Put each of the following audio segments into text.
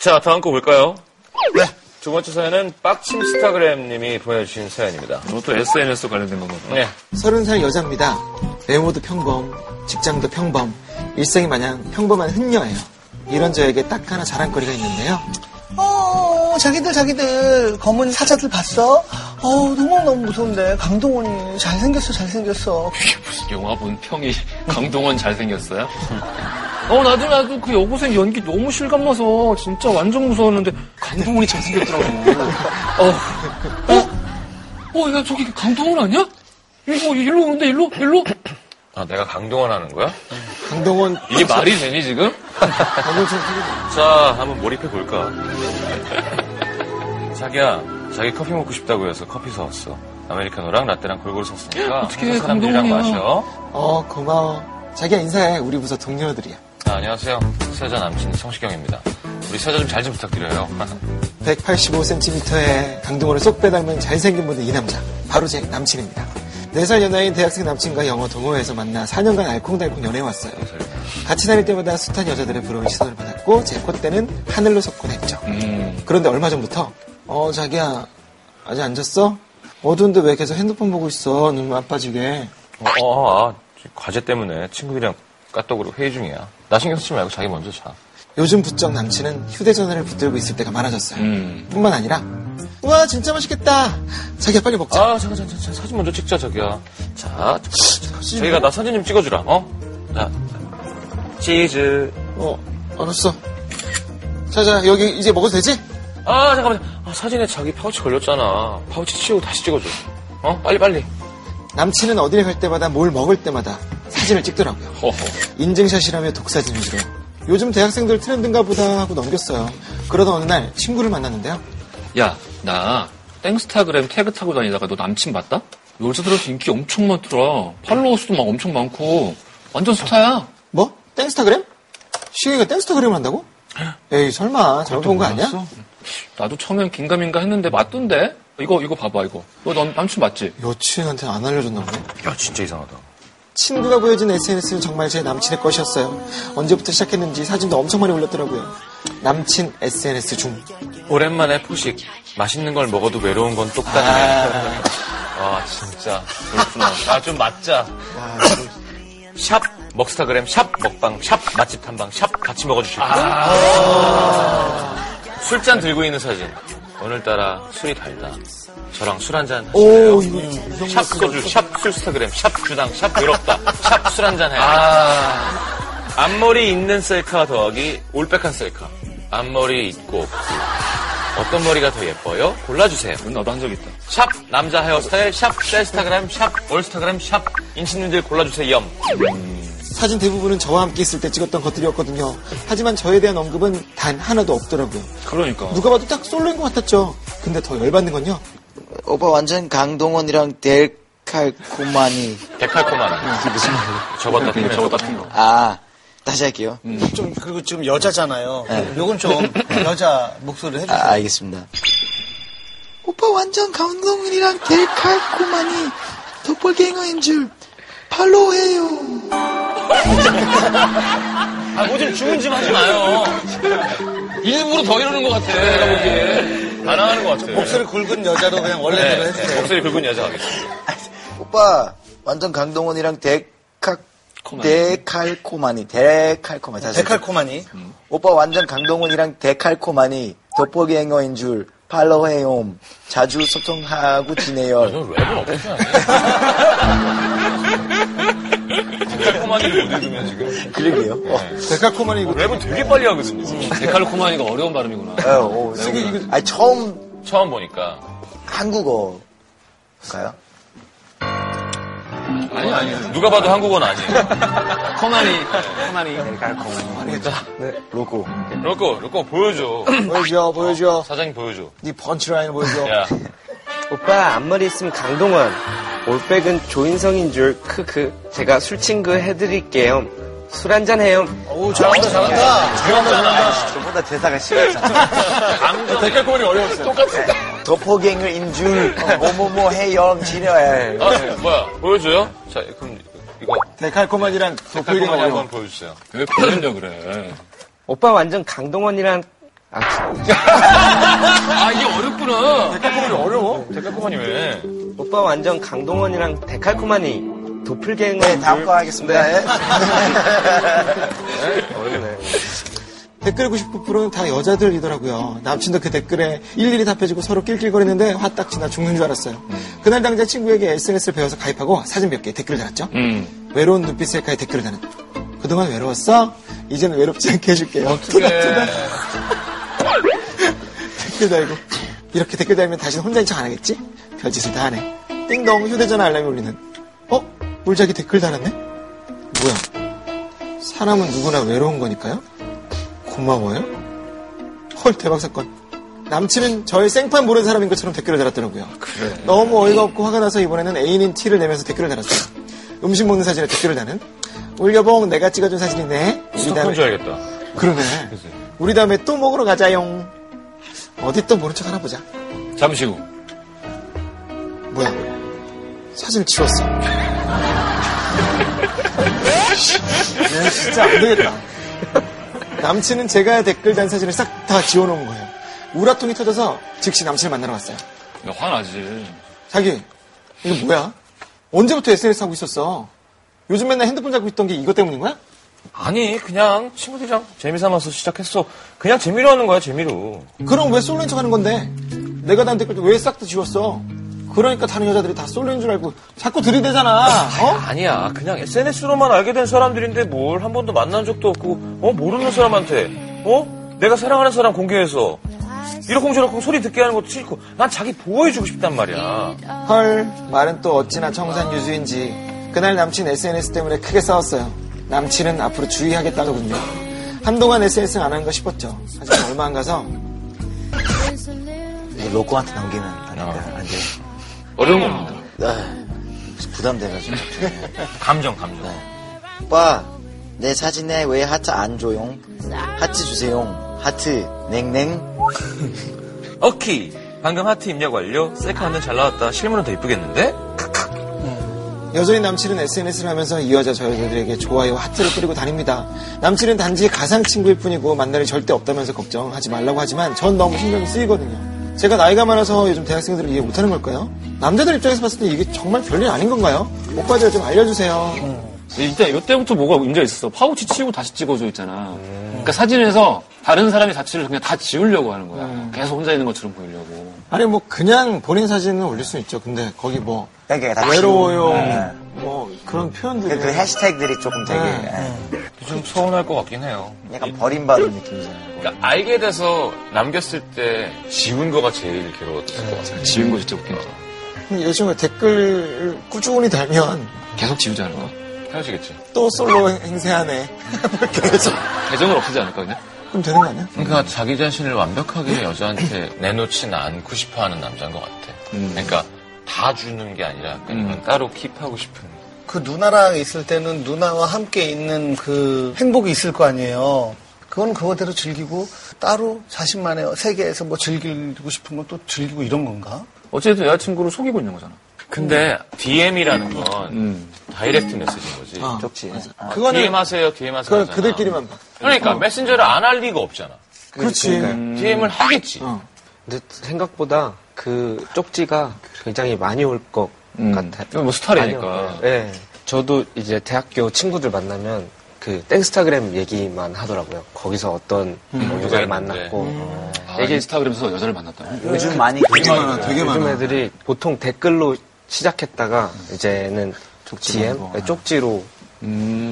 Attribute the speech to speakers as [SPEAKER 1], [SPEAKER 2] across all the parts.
[SPEAKER 1] 자, 다음 거 볼까요?
[SPEAKER 2] 네.
[SPEAKER 1] 두 번째 사연은 빡침 스타그램 님이 보내주신 사연입니다.
[SPEAKER 3] 이것도 SNS 관련된 뭐. 건가 봐.
[SPEAKER 1] 네.
[SPEAKER 2] 서른 살 여자입니다. 외모도 평범, 직장도 평범, 일상이 마냥 평범한 흔녀예요. 이런 저에게 딱 하나 자랑거리가 있는데요.
[SPEAKER 4] 어, 자기들, 자기들, 검은 사자들 봤어? 어우, 너무너무 무서운데. 강동원이 잘생겼어, 잘생겼어.
[SPEAKER 3] 영화 본 평이 강동원 잘생겼어요? 어 나도 나도 그 여고생 연기 너무 실감나서 진짜 완전 무서웠는데 강동원이 잘생겼더라고. 어, 어, 어야 저기 강동원 아니야? 이거 일로 오는데 일로 일로?
[SPEAKER 1] 아, 내가 강동원 하는 거야?
[SPEAKER 2] 강동원,
[SPEAKER 3] 이게 말이 되니 지금?
[SPEAKER 2] 강동원
[SPEAKER 1] 자, 한번 몰입해 볼까? 자기야, 자기 커피 먹고 싶다고 해서 커피 사왔어. 아메리카노랑 라떼랑 골고루 샀으니까
[SPEAKER 3] 어떡해,
[SPEAKER 1] 한국 사람들이랑
[SPEAKER 3] 감동이야.
[SPEAKER 1] 마셔.
[SPEAKER 2] 어, 고마워. 자기야, 인사해. 우리 부서 동료들이야.
[SPEAKER 1] 아, 안녕하세요. 세자 남친 성시경입니다. 우리 세자 좀 잘 좀 부탁드려요.
[SPEAKER 2] 185cm의 강동원을 쏙 빼닮은 잘생긴 분은 이 남자. 바로 제 남친입니다. 4살 연하인 대학생 남친과 영어 동호회에서 만나 4년간 알콩달콩 연애해왔어요. 같이 다닐 때마다 숱한 여자들의 부러운 시선을 받았고 제 콧대는 하늘로 솟곤 했죠.
[SPEAKER 3] 음,
[SPEAKER 2] 그런데 얼마 전부터 어 자기야 아직 안 잤어? 어두운데 왜 계속 핸드폰 보고 있어? 눈 안 빠지게
[SPEAKER 1] 어, 어, 아, 과제 때문에 친구들이랑 까떡으로 회의 중이야. 나 신경 쓰지 말고 자기 먼저 자.
[SPEAKER 2] 요즘 부쩍 남친은 휴대전화를 붙들고 있을 때가 많아졌어요.
[SPEAKER 3] 음.
[SPEAKER 2] 뿐만 아니라 우와 진짜 맛있겠다. 자기야 빨리 먹자.
[SPEAKER 1] 아, 잠깐, 잠깐, 잠깐, 사진 먼저 찍자, 자기야. 자, 자기가
[SPEAKER 3] 뭐?
[SPEAKER 1] 나 사진 좀 찍어주라, 어? 자, 자. 치즈.
[SPEAKER 2] 어 알았어. 자자 여기 이제 먹어도 되지?
[SPEAKER 1] 아, 잠깐만. 아, 사진에 자기 파우치 걸렸잖아. 파우치 치우고 다시 찍어줘. 어? 빨리빨리.
[SPEAKER 2] 남친은 어딜 갈 때마다 뭘 먹을 때마다 사진을 찍더라고요.
[SPEAKER 3] 허허.
[SPEAKER 2] 인증샷이라며 독사진 위주로. 요즘 대학생들 트렌드인가 보다 하고 넘겼어요. 그러던 어느 날 친구를 만났는데요.
[SPEAKER 3] 야, 나 땡스타그램 태그 타고 다니다가 너 남친 봤다? 여자들한테 인기 엄청 많더라. 팔로워 수도 막 엄청 많고 완전 스타야.
[SPEAKER 2] 뭐? 땡스타그램? 시경이가 땡스타그램을 한다고? 에이 설마 잘못 본 거 아니야?
[SPEAKER 3] 나도 처음엔 긴가민가 했는데 맞던데? 이거 이거 봐봐 이거. 너 남, 남친 맞지?
[SPEAKER 2] 여친한테 안 알려줬나 보네.
[SPEAKER 1] 야, 진짜 이상하다.
[SPEAKER 2] 친구가 보여준 SNS는 정말 제 남친의 것이었어요. 언제부터 시작했는지 사진도 엄청 많이 올렸더라고요. 남친 SNS 중.
[SPEAKER 1] 오랜만에 포식. 맛있는 걸 먹어도 외로운 건 똑같네. 아, 진짜. 그렇구나. 아, 좀 맞자. 샵, 먹스타그램, 샵, 먹방, 샵, 맛집 탐방, 샵, 같이 먹어주실 분?
[SPEAKER 2] 아.
[SPEAKER 1] 술잔 들고 있는 사진. 오늘따라 술이 달다. 저랑 술 한잔 하실래요?
[SPEAKER 2] 오, 이거 이런
[SPEAKER 1] 샵 소주, 샵 술스타그램, 샵 주당, 샵 외롭다, 샵 술 한잔 해. 아. 앞머리 있는 셀카 더하기 올백한 셀카. 앞머리 있고 없고. 어떤 머리가 더 예뻐요? 골라주세요.
[SPEAKER 3] 이건 나도 한 적 있다.
[SPEAKER 1] 샵 남자 헤어스타일, 샵 셀스타그램, 샵 올스타그램, 샵 인신님들 골라주세요. 염.
[SPEAKER 2] 사진 대부분은 저와 함께 있을 때 찍었던 것들이었거든요. 하지만 저에 대한 언급은 단 하나도 없더라고요.
[SPEAKER 3] 그러니까.
[SPEAKER 2] 누가 봐도 딱 솔로인 것 같았죠. 근데 더 열받는 건요.
[SPEAKER 5] 오빠 완전 강동원이랑 델칼코마니.
[SPEAKER 1] 데칼코만.
[SPEAKER 5] 이게 무슨 말이야?
[SPEAKER 1] 접었다
[SPEAKER 3] 그냥
[SPEAKER 1] 뜨면
[SPEAKER 3] 저거
[SPEAKER 1] 접었다.
[SPEAKER 3] 같은 거.
[SPEAKER 5] 아, 다시 할게요. 음,
[SPEAKER 4] 좀, 그리고 지금 여자잖아요.
[SPEAKER 2] 네.
[SPEAKER 4] 요건 좀 여자 목소리를 해주세요.
[SPEAKER 5] 아, 알겠습니다. 오빠 완전 강동원이랑 델칼코마니. 덕벌갱어인 줄. 팔로우해요.
[SPEAKER 1] 아, 뭐좀 주문 좀 하지 마요. 일부러 더 이러는 것 같아. 내가 보기에. 반항하는 것 같아.
[SPEAKER 4] 목소리 굵은 여자로 그냥 원래대로
[SPEAKER 1] 네, 네,
[SPEAKER 4] 해주세요.
[SPEAKER 1] 목소리 굵은 여자 하겠습니다.
[SPEAKER 5] 오빠 완전 강동원이랑 델칼,
[SPEAKER 3] 코마니.
[SPEAKER 5] 델칼코마니. 델칼코마니. 다시 할게요.
[SPEAKER 4] 데칼코마니.
[SPEAKER 5] 오빠 완전 강동원이랑 데칼코마니 돋보기행어인 줄 팔로우해옴 자주 소통하고 지내요
[SPEAKER 1] 이건 랩은 없지 않아요? 데칼코마니를 못 읽으면 지금.
[SPEAKER 5] 그러게요 어,
[SPEAKER 2] 데카코만이 이거
[SPEAKER 1] 랩은 되게 빨리 하거든요.
[SPEAKER 3] 데칼코마니가 어려운 발음이구나.
[SPEAKER 5] 어, 어, 아니 처음
[SPEAKER 1] 처음 보니까.
[SPEAKER 5] 한국어 가요?
[SPEAKER 3] 아니 아니.
[SPEAKER 1] 누가 봐도 한국어는 아니에요.
[SPEAKER 3] 코마니. 코마니.
[SPEAKER 5] 로고
[SPEAKER 1] 로꼬, 로꼬 보여줘.
[SPEAKER 2] 보여줘, 보여줘.
[SPEAKER 1] 사장님 보여줘.
[SPEAKER 2] 네 펀치라인 보여줘.
[SPEAKER 1] 야,
[SPEAKER 6] 오빠 앞머리 있으면 강동원 올백은 조인성인 줄 크크 제가 술친구 해드릴게요 술 한잔 해요
[SPEAKER 4] 오, 잘한다, 잘한다.
[SPEAKER 5] 저보다 대사가 심했잖아
[SPEAKER 1] 데칼코마니 어려웠어요. 똑같은.
[SPEAKER 5] 돋보기행어인 줄 어, 뭐뭐뭐 해요 지내요
[SPEAKER 1] 아, 네, 뭐야, 보여줘요? 자, 그럼 이거
[SPEAKER 2] 데칼코만이랑 도플갱어
[SPEAKER 1] 데칼코마니
[SPEAKER 2] 어려워.
[SPEAKER 1] 한번 보여주세요.
[SPEAKER 3] 왜 보내려 그래.
[SPEAKER 6] 오빠 완전 강동원이랑
[SPEAKER 3] 아, 이게 어렵구나.
[SPEAKER 1] 댓글이 어려워? 댓글코만이 왜?
[SPEAKER 6] 오빠 완전 강동원이랑 데칼코마니 도플갱어
[SPEAKER 5] 네, 다음 거 하겠습니다. 예.
[SPEAKER 6] 어렵네.
[SPEAKER 2] 댓글 99%는 다 여자들이더라고요. 남친도 그 댓글에 일일이 답해주고 서로 낄낄거리는데 화딱지 나 죽는 줄 알았어요. 그날 당장 친구에게 SNS를 배워서 가입하고 사진 몇 개 댓글을 달았죠.
[SPEAKER 3] 음.
[SPEAKER 2] 외로운 눈빛 셀카에 댓글을 달은 그동안 외로웠어? 이제는 외롭지 않게 해줄게요.
[SPEAKER 1] 어떻게?
[SPEAKER 2] 댓글 달고 이렇게 댓글 달면 다시는 혼자인 척 안 하겠지? 별짓을 다 하네. 띵동 휴대전화 알람이 울리는 어? 물자기 댓글 달았네? 뭐야? 사람은 누구나 외로운 거니까요? 고마워요? 헐 대박 사건. 남친은 저의 생판 모르는 사람인 것처럼 댓글을 달았더라고요. 너무 어이가 없고 화가 나서 이번에는 애인인 티를 내면서 댓글을 달았어요. 음식 먹는 사진에 댓글을 다는 우리 여봉 내가 찍어준 사진이네. 우리
[SPEAKER 1] 스토커인
[SPEAKER 2] 다음에
[SPEAKER 1] 줄 알겠다.
[SPEAKER 2] 그러네. 우리 다음에 또 먹으러 가자용. 어디 또 모른 척 하나 보자.
[SPEAKER 1] 잠시 후.
[SPEAKER 2] 뭐야? 사진을 지웠어. 네? 얘 네, 진짜 안 되겠다. 남친은 제가 댓글 단 사진을 싹 다 지워놓은 거예요. 우라통이 터져서 즉시 남친을 만나러 갔어요.
[SPEAKER 3] 야, 화나지.
[SPEAKER 2] 자기, 이거 뭐야? 언제부터 SNS 하고 있었어? 요즘 맨날 핸드폰 잡고 있던 게 이것 때문인 거야?
[SPEAKER 1] 아니, 그냥 친구들이랑 재미삼아서 시작했어. 그냥 재미로 하는 거야, 재미로.
[SPEAKER 2] 그럼 왜 솔로인 척 하는 건데? 내가 단 댓글도 왜 싹 다 지웠어? 그러니까 다른 여자들이 다 솔로인 줄 알고 자꾸 들이대잖아. 어?
[SPEAKER 1] 아니야, 그냥 SNS로만 알게 된 사람들인데 뭘 한 번도 만난 적도 없고, 어? 모르는 사람한테, 어? 내가 사랑하는 사람 공개해서. 이러쿵저러쿵 소리 듣게 하는 것도 싫고, 난 자기 보호해주고 싶단 말이야.
[SPEAKER 2] 헐, 말은 또 어찌나 청산 유주인지. 그날 남친 SNS 때문에 크게 싸웠어요. 남친은 앞으로 주의하겠다더군요. 한동안 SNS 안 한가 싶었죠. 하지만 얼마 안 가서
[SPEAKER 5] 이게 로꼬한테 넘기면 안 돼. 안 돼.
[SPEAKER 3] 어려운 겁니다.
[SPEAKER 5] 아. 부담돼가지고.
[SPEAKER 1] 감정, 감정.
[SPEAKER 5] 오빠, 내 사진에 왜 하트 안 줘용? 하트 주세용. 하트, 냉냉.
[SPEAKER 1] 오케이. 방금 하트 입력 완료. 셀카 완전 잘 나왔다. 실물은 더 이쁘겠는데?
[SPEAKER 2] 여전히 남친은 SNS를 하면서 이 여자 저 여자들에게 좋아요 하트를 뿌리고 다닙니다. 남친은 단지 가상 친구일 뿐이고 만날 일이 절대 없다면서 걱정하지 말라고 하지만 전 너무 신경이 쓰이거든요. 제가 나이가 많아서 요즘 대학생들을 이해 못하는 걸까요? 남자들 입장에서 봤을 때 이게 정말 별일 아닌 건가요? 오빠들 좀 알려주세요.
[SPEAKER 3] 네, 일단 이때부터 뭐가 문제가 있었어. 파우치 치우고 다시 찍어줘 있잖아. 그러니까 사진에서 다른 사람의 자취를 그냥 다 지우려고 하는 거야. 계속 혼자 있는 것처럼 보이려고.
[SPEAKER 2] 아니 뭐 그냥 본인 사진은 올릴 수 있죠. 근데 거기 뭐
[SPEAKER 5] 그러니까 다
[SPEAKER 2] 외로워요.
[SPEAKER 5] 네.
[SPEAKER 2] 뭐 그런
[SPEAKER 5] 그,
[SPEAKER 2] 표현들이
[SPEAKER 5] 그 해시태그들이 조금 되게 예,
[SPEAKER 1] 좀 서운할 것 같긴 해요.
[SPEAKER 5] 약간 버림받은 느낌이잖아요.
[SPEAKER 1] 그러니까 알게 돼서 남겼을 때 지운 거가 제일 괴로웠을 것 같아요.
[SPEAKER 3] 지운 거 진짜 웃긴다.
[SPEAKER 2] 음, 요즘에 댓글 꾸준히 달면
[SPEAKER 3] 계속 지우자는 거.
[SPEAKER 1] 네. 헤어지겠지.
[SPEAKER 2] 또 솔로 행세하네. 이렇게 해서
[SPEAKER 3] 계정을 없애지 않을까 그냥?
[SPEAKER 2] 그럼 되는 거 아니야?
[SPEAKER 1] 그러니까 자기 자신을 완벽하게 여자한테 내놓지는 않고 싶어하는 남자인 것 같아. 그러니까 다 주는 게 아니라 그냥 따로 킵하고 싶은.
[SPEAKER 4] 그 누나랑 있을 때는 누나와 함께 있는 그 행복이 있을 거 아니에요. 그건 그거대로 즐기고 따로 자신만의 세계에서 뭐 즐기고 싶은 건 또 즐기고 이런 건가?
[SPEAKER 3] 어쨌든 여자친구를 속이고 있는 거잖아.
[SPEAKER 1] 근데 DM이라는 건 다이렉트 메시지인 거지.
[SPEAKER 5] 쪽지.
[SPEAKER 2] 그거는-
[SPEAKER 1] DM 하세요, DM 하세요.
[SPEAKER 2] 그걸
[SPEAKER 1] 하잖아.
[SPEAKER 2] 그들끼리만 봐.
[SPEAKER 1] 그러니까 메신저를 안 할 리가 없잖아.
[SPEAKER 2] 그렇지.
[SPEAKER 1] DM을 하겠지.
[SPEAKER 6] 근데 생각보다 그 쪽지가 굉장히 많이 올 것 같아요.
[SPEAKER 3] 이건 뭐 스타일이니까.
[SPEAKER 6] 예. 네. 저도 이제 대학교 친구들 만나면 그 땡스타그램 얘기만 하더라고요. 거기서 어떤
[SPEAKER 3] 음.
[SPEAKER 6] 뭐 여자를
[SPEAKER 1] 누가 있는데.
[SPEAKER 6] 만났고
[SPEAKER 3] 아, 인스타그램에서 여자를 만났다고?
[SPEAKER 5] 네. 요즘 많이 그리워요.
[SPEAKER 2] 되게
[SPEAKER 6] 요즘 애들이 보통 댓글로 시작했다가 이제는 DM, 네, 쪽지로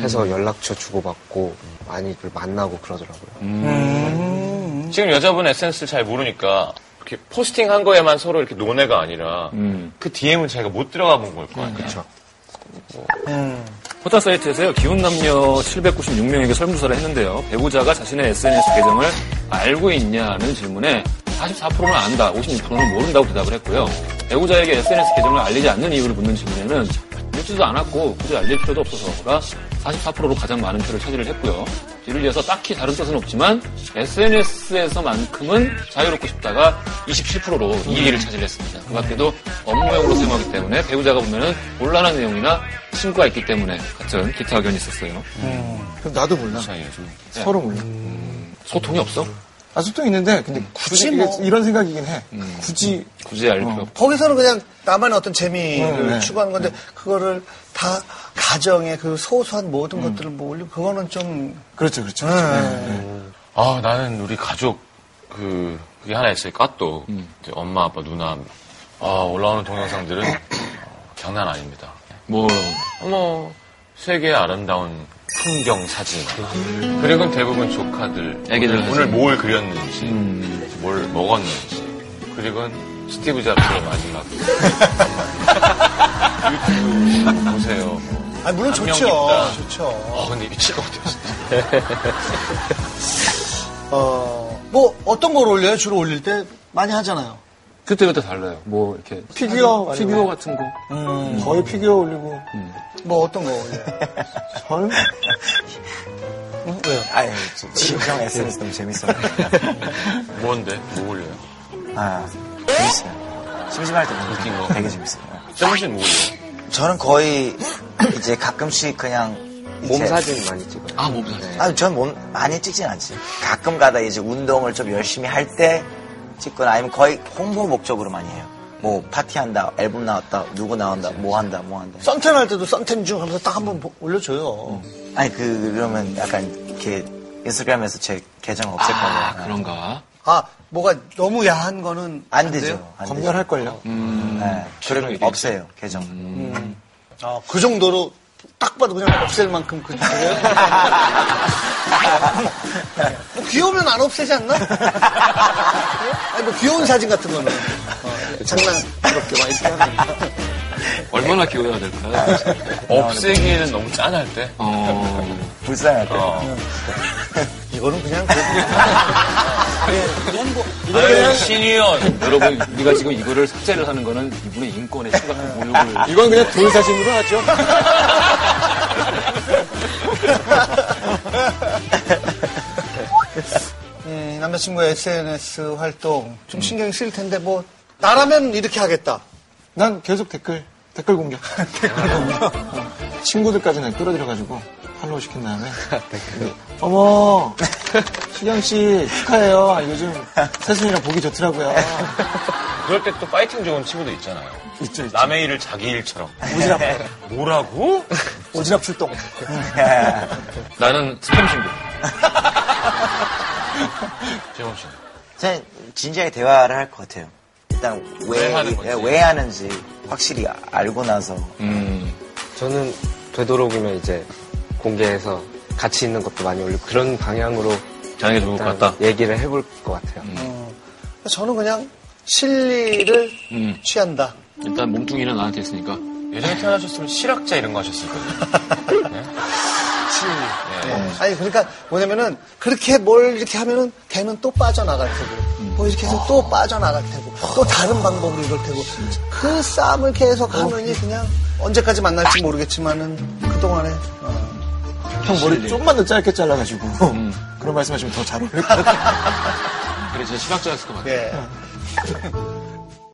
[SPEAKER 6] 해서 연락처 주고받고 많이들 만나고 그러더라고요.
[SPEAKER 1] 지금 여자분 에센스를 잘 모르니까 이렇게 포스팅 한 거에만 서로 이렇게 논애가 아니라 그 DM은 자기가 못 들어가 본 걸 거 아니야.
[SPEAKER 3] 포털 사이트에서요, 기운 남녀 796명에게 설문조사를 했는데요. 배우자가 자신의 SNS 계정을 알고 있냐는 질문에 44%는 안다, 56%는 모른다고 대답을 했고요. 배우자에게 SNS 계정을 알리지 않는 이유를 묻는 질문에는 묻지도 않았고 굳이 알릴 필요도 없어서가 44%로 가장 많은 표를 차지를 했고요. 이를 위해서 딱히 다른 뜻은 없지만 SNS에서만큼은 자유롭고 싶다가 27%로 2위를 차지했습니다. 그 밖에도 업무용으로 사용하기 때문에 배우자가 보면은 곤란한 내용이나 친구가 있기 때문에 같은 기타 의견이 있었어요.
[SPEAKER 2] 그럼 나도 네. 몰라. 서로 몰라.
[SPEAKER 3] 소통이 없어?
[SPEAKER 2] 아직도 있는데 근데 굳이 이게
[SPEAKER 4] 뭐.
[SPEAKER 2] 이런 생각이긴 해. 굳이
[SPEAKER 3] 굳이 알
[SPEAKER 4] 어.
[SPEAKER 3] 필요 없고.
[SPEAKER 4] 거기서는 그냥 나만의 어떤 재미를
[SPEAKER 2] 음, 네.
[SPEAKER 4] 추구하는 건데 그거를 다 가정의 그 소소한 모든 것들을 뭐 올리고 그거는 좀
[SPEAKER 2] 음.
[SPEAKER 4] 네.
[SPEAKER 2] 그렇죠, 그렇죠.
[SPEAKER 1] 아, 나는 우리 가족, 그, 그게 하나 있어요. 까또. 이제 엄마, 아빠, 누나. 아, 올라오는 동영상들은 어, 장난 아닙니다.
[SPEAKER 3] 뭐,
[SPEAKER 1] 뭐, 세계의 아름다운 풍경 사진. 그리고 대부분 조카들.
[SPEAKER 3] 애기들 음.
[SPEAKER 1] 오늘, 오늘
[SPEAKER 3] 사진.
[SPEAKER 1] 뭘 그렸는지, 뭘 먹었는지. 그리고 스티브 잡스의 마지막. 유튜브 보세요. 뭐.
[SPEAKER 4] 아 물론
[SPEAKER 1] 감명
[SPEAKER 4] 좋죠.
[SPEAKER 1] 깊다.
[SPEAKER 4] 좋죠.
[SPEAKER 1] 어, 근데 미칠 것 같아요, 진짜.
[SPEAKER 4] 어, 뭐 어떤 걸 올려요? 주로 올릴 때 많이 하잖아요.
[SPEAKER 3] 그때그때 달라요. 뭐, 이렇게.
[SPEAKER 2] 피규어
[SPEAKER 3] 피규어 같은 거.
[SPEAKER 2] 아니면 거의 피규어 올리고
[SPEAKER 4] 뭐 어떤 거 올려요?
[SPEAKER 2] 저는
[SPEAKER 5] 아유, 저- 지금 형 SNS 너무 재밌어요. 네.
[SPEAKER 1] 뭔데? 뭐 올려요?
[SPEAKER 5] 아, 재밌어요. 심심할 때
[SPEAKER 1] 웃긴
[SPEAKER 5] 보니까
[SPEAKER 1] 거.
[SPEAKER 5] 되게 재밌어요. 네.
[SPEAKER 1] 정신 뭐 올려요?
[SPEAKER 5] 저는 거의 이제 가끔씩 그냥
[SPEAKER 6] 몸
[SPEAKER 5] 이제-
[SPEAKER 6] 사진 많이 찍어요.
[SPEAKER 3] 아, 몸 사진.
[SPEAKER 5] 아, 전 몸 많이 찍진 않지. 가끔 가다 이제 운동을 좀 열심히 할 때 찍거나 아니면 거의 홍보 목적으로 많이 해요. 뭐 파티한다, 앨범 나왔다, 누구 나온다, 뭐 한다, 뭐 한다.
[SPEAKER 4] 썬텐 할 때도 썬텐 중 하면서 딱 한번 보- 올려줘요.
[SPEAKER 5] 아니 그 그러면 약간 이렇게 인스타그램에서 제 계정 없앨 거예요.
[SPEAKER 3] 아, 그런가?
[SPEAKER 4] 아 뭐가 너무 야한 거는
[SPEAKER 5] 안 되죠.
[SPEAKER 4] 돼요?
[SPEAKER 5] 안 되죠.
[SPEAKER 2] 검열할 걸요.
[SPEAKER 5] 네, 그런 거 없애요 계정.
[SPEAKER 4] 아, 그 정도로 딱 봐도 그냥 없앨 만큼 그 정도예요? 뭐 귀여우면 안 없애지 않나? 아니 뭐 귀여운 사진 같은 거는 어, 장난스럽게 많이 찍어요.
[SPEAKER 3] 얼마나 기워야 될까요?
[SPEAKER 1] 없애기에는 너무 짠할 때.
[SPEAKER 3] 어,
[SPEAKER 5] 불쌍할 때.
[SPEAKER 4] 이거는 그냥 그-
[SPEAKER 1] 뭐
[SPEAKER 3] 아유, 신의원. 여러분, 우리가 지금 이거를 삭제를 하는 거는 이분의 인권에 심각한 모욕을.
[SPEAKER 2] 이건 그냥 돌 사진으로 하죠.
[SPEAKER 4] 음, 남자친구의 SNS 활동 좀 신경이 쓰일 텐데 뭐 나라면 이렇게 하겠다.
[SPEAKER 2] 난 계속 댓글 댓글 공격. 댓글 공격. 친구들까지는 끌어들여가지고 팔로우 시킨 다음에 어머 수경 씨 축하해요. 아, 요즘 세순이랑 보기 좋더라고요.
[SPEAKER 1] 그럴 때 또 파이팅 좋은 친구도 있잖아요.
[SPEAKER 2] 있죠, 있죠.
[SPEAKER 1] 남의 일을 자기 일처럼. 오지랖. 뭐라고?
[SPEAKER 2] 오지랖 출동.
[SPEAKER 3] 나는 스팸 신고.
[SPEAKER 1] 재범 씨.
[SPEAKER 5] 저는 진지하게 대화를 할 것 같아요. 일단 왜,
[SPEAKER 1] 왜 하는 건지.
[SPEAKER 5] 예, 왜 하는지 확실히 아- 알고 나서
[SPEAKER 6] 저는 되도록이면 이제 공개해서 같이 있는 것도 많이 올리고 그런 방향으로
[SPEAKER 1] 음,
[SPEAKER 3] 자기가 좋을 것
[SPEAKER 6] 일단
[SPEAKER 3] 같다.
[SPEAKER 6] 얘기를 해볼 것 같아요.
[SPEAKER 4] 저는 그냥 실리를
[SPEAKER 3] 음.
[SPEAKER 4] 취한다.
[SPEAKER 3] 일단 몸뚱이는 나한테 있으니까.
[SPEAKER 1] 예전에 태어나셨으면 실학자 이런 거 하셨을 거예요.
[SPEAKER 4] 예. 아니 그러니까 뭐냐면은 그렇게 뭘 이렇게 하면은 걔는 또 빠져나갈 테고 뭐 이렇게 해서 또 빠져나갈 테고 또 다른 방법으로 이럴 테고 그 싸움을 계속 하느니 그냥 언제까지 만날지 모르겠지만은 그동안에 어,
[SPEAKER 2] 형 머리 좀만 더 짧게 잘라가지고 그런 말씀하시면 더 잘 어울릴 것 같아요.
[SPEAKER 3] 그래, 진짜 실학자였을 것 같아.
[SPEAKER 4] 예.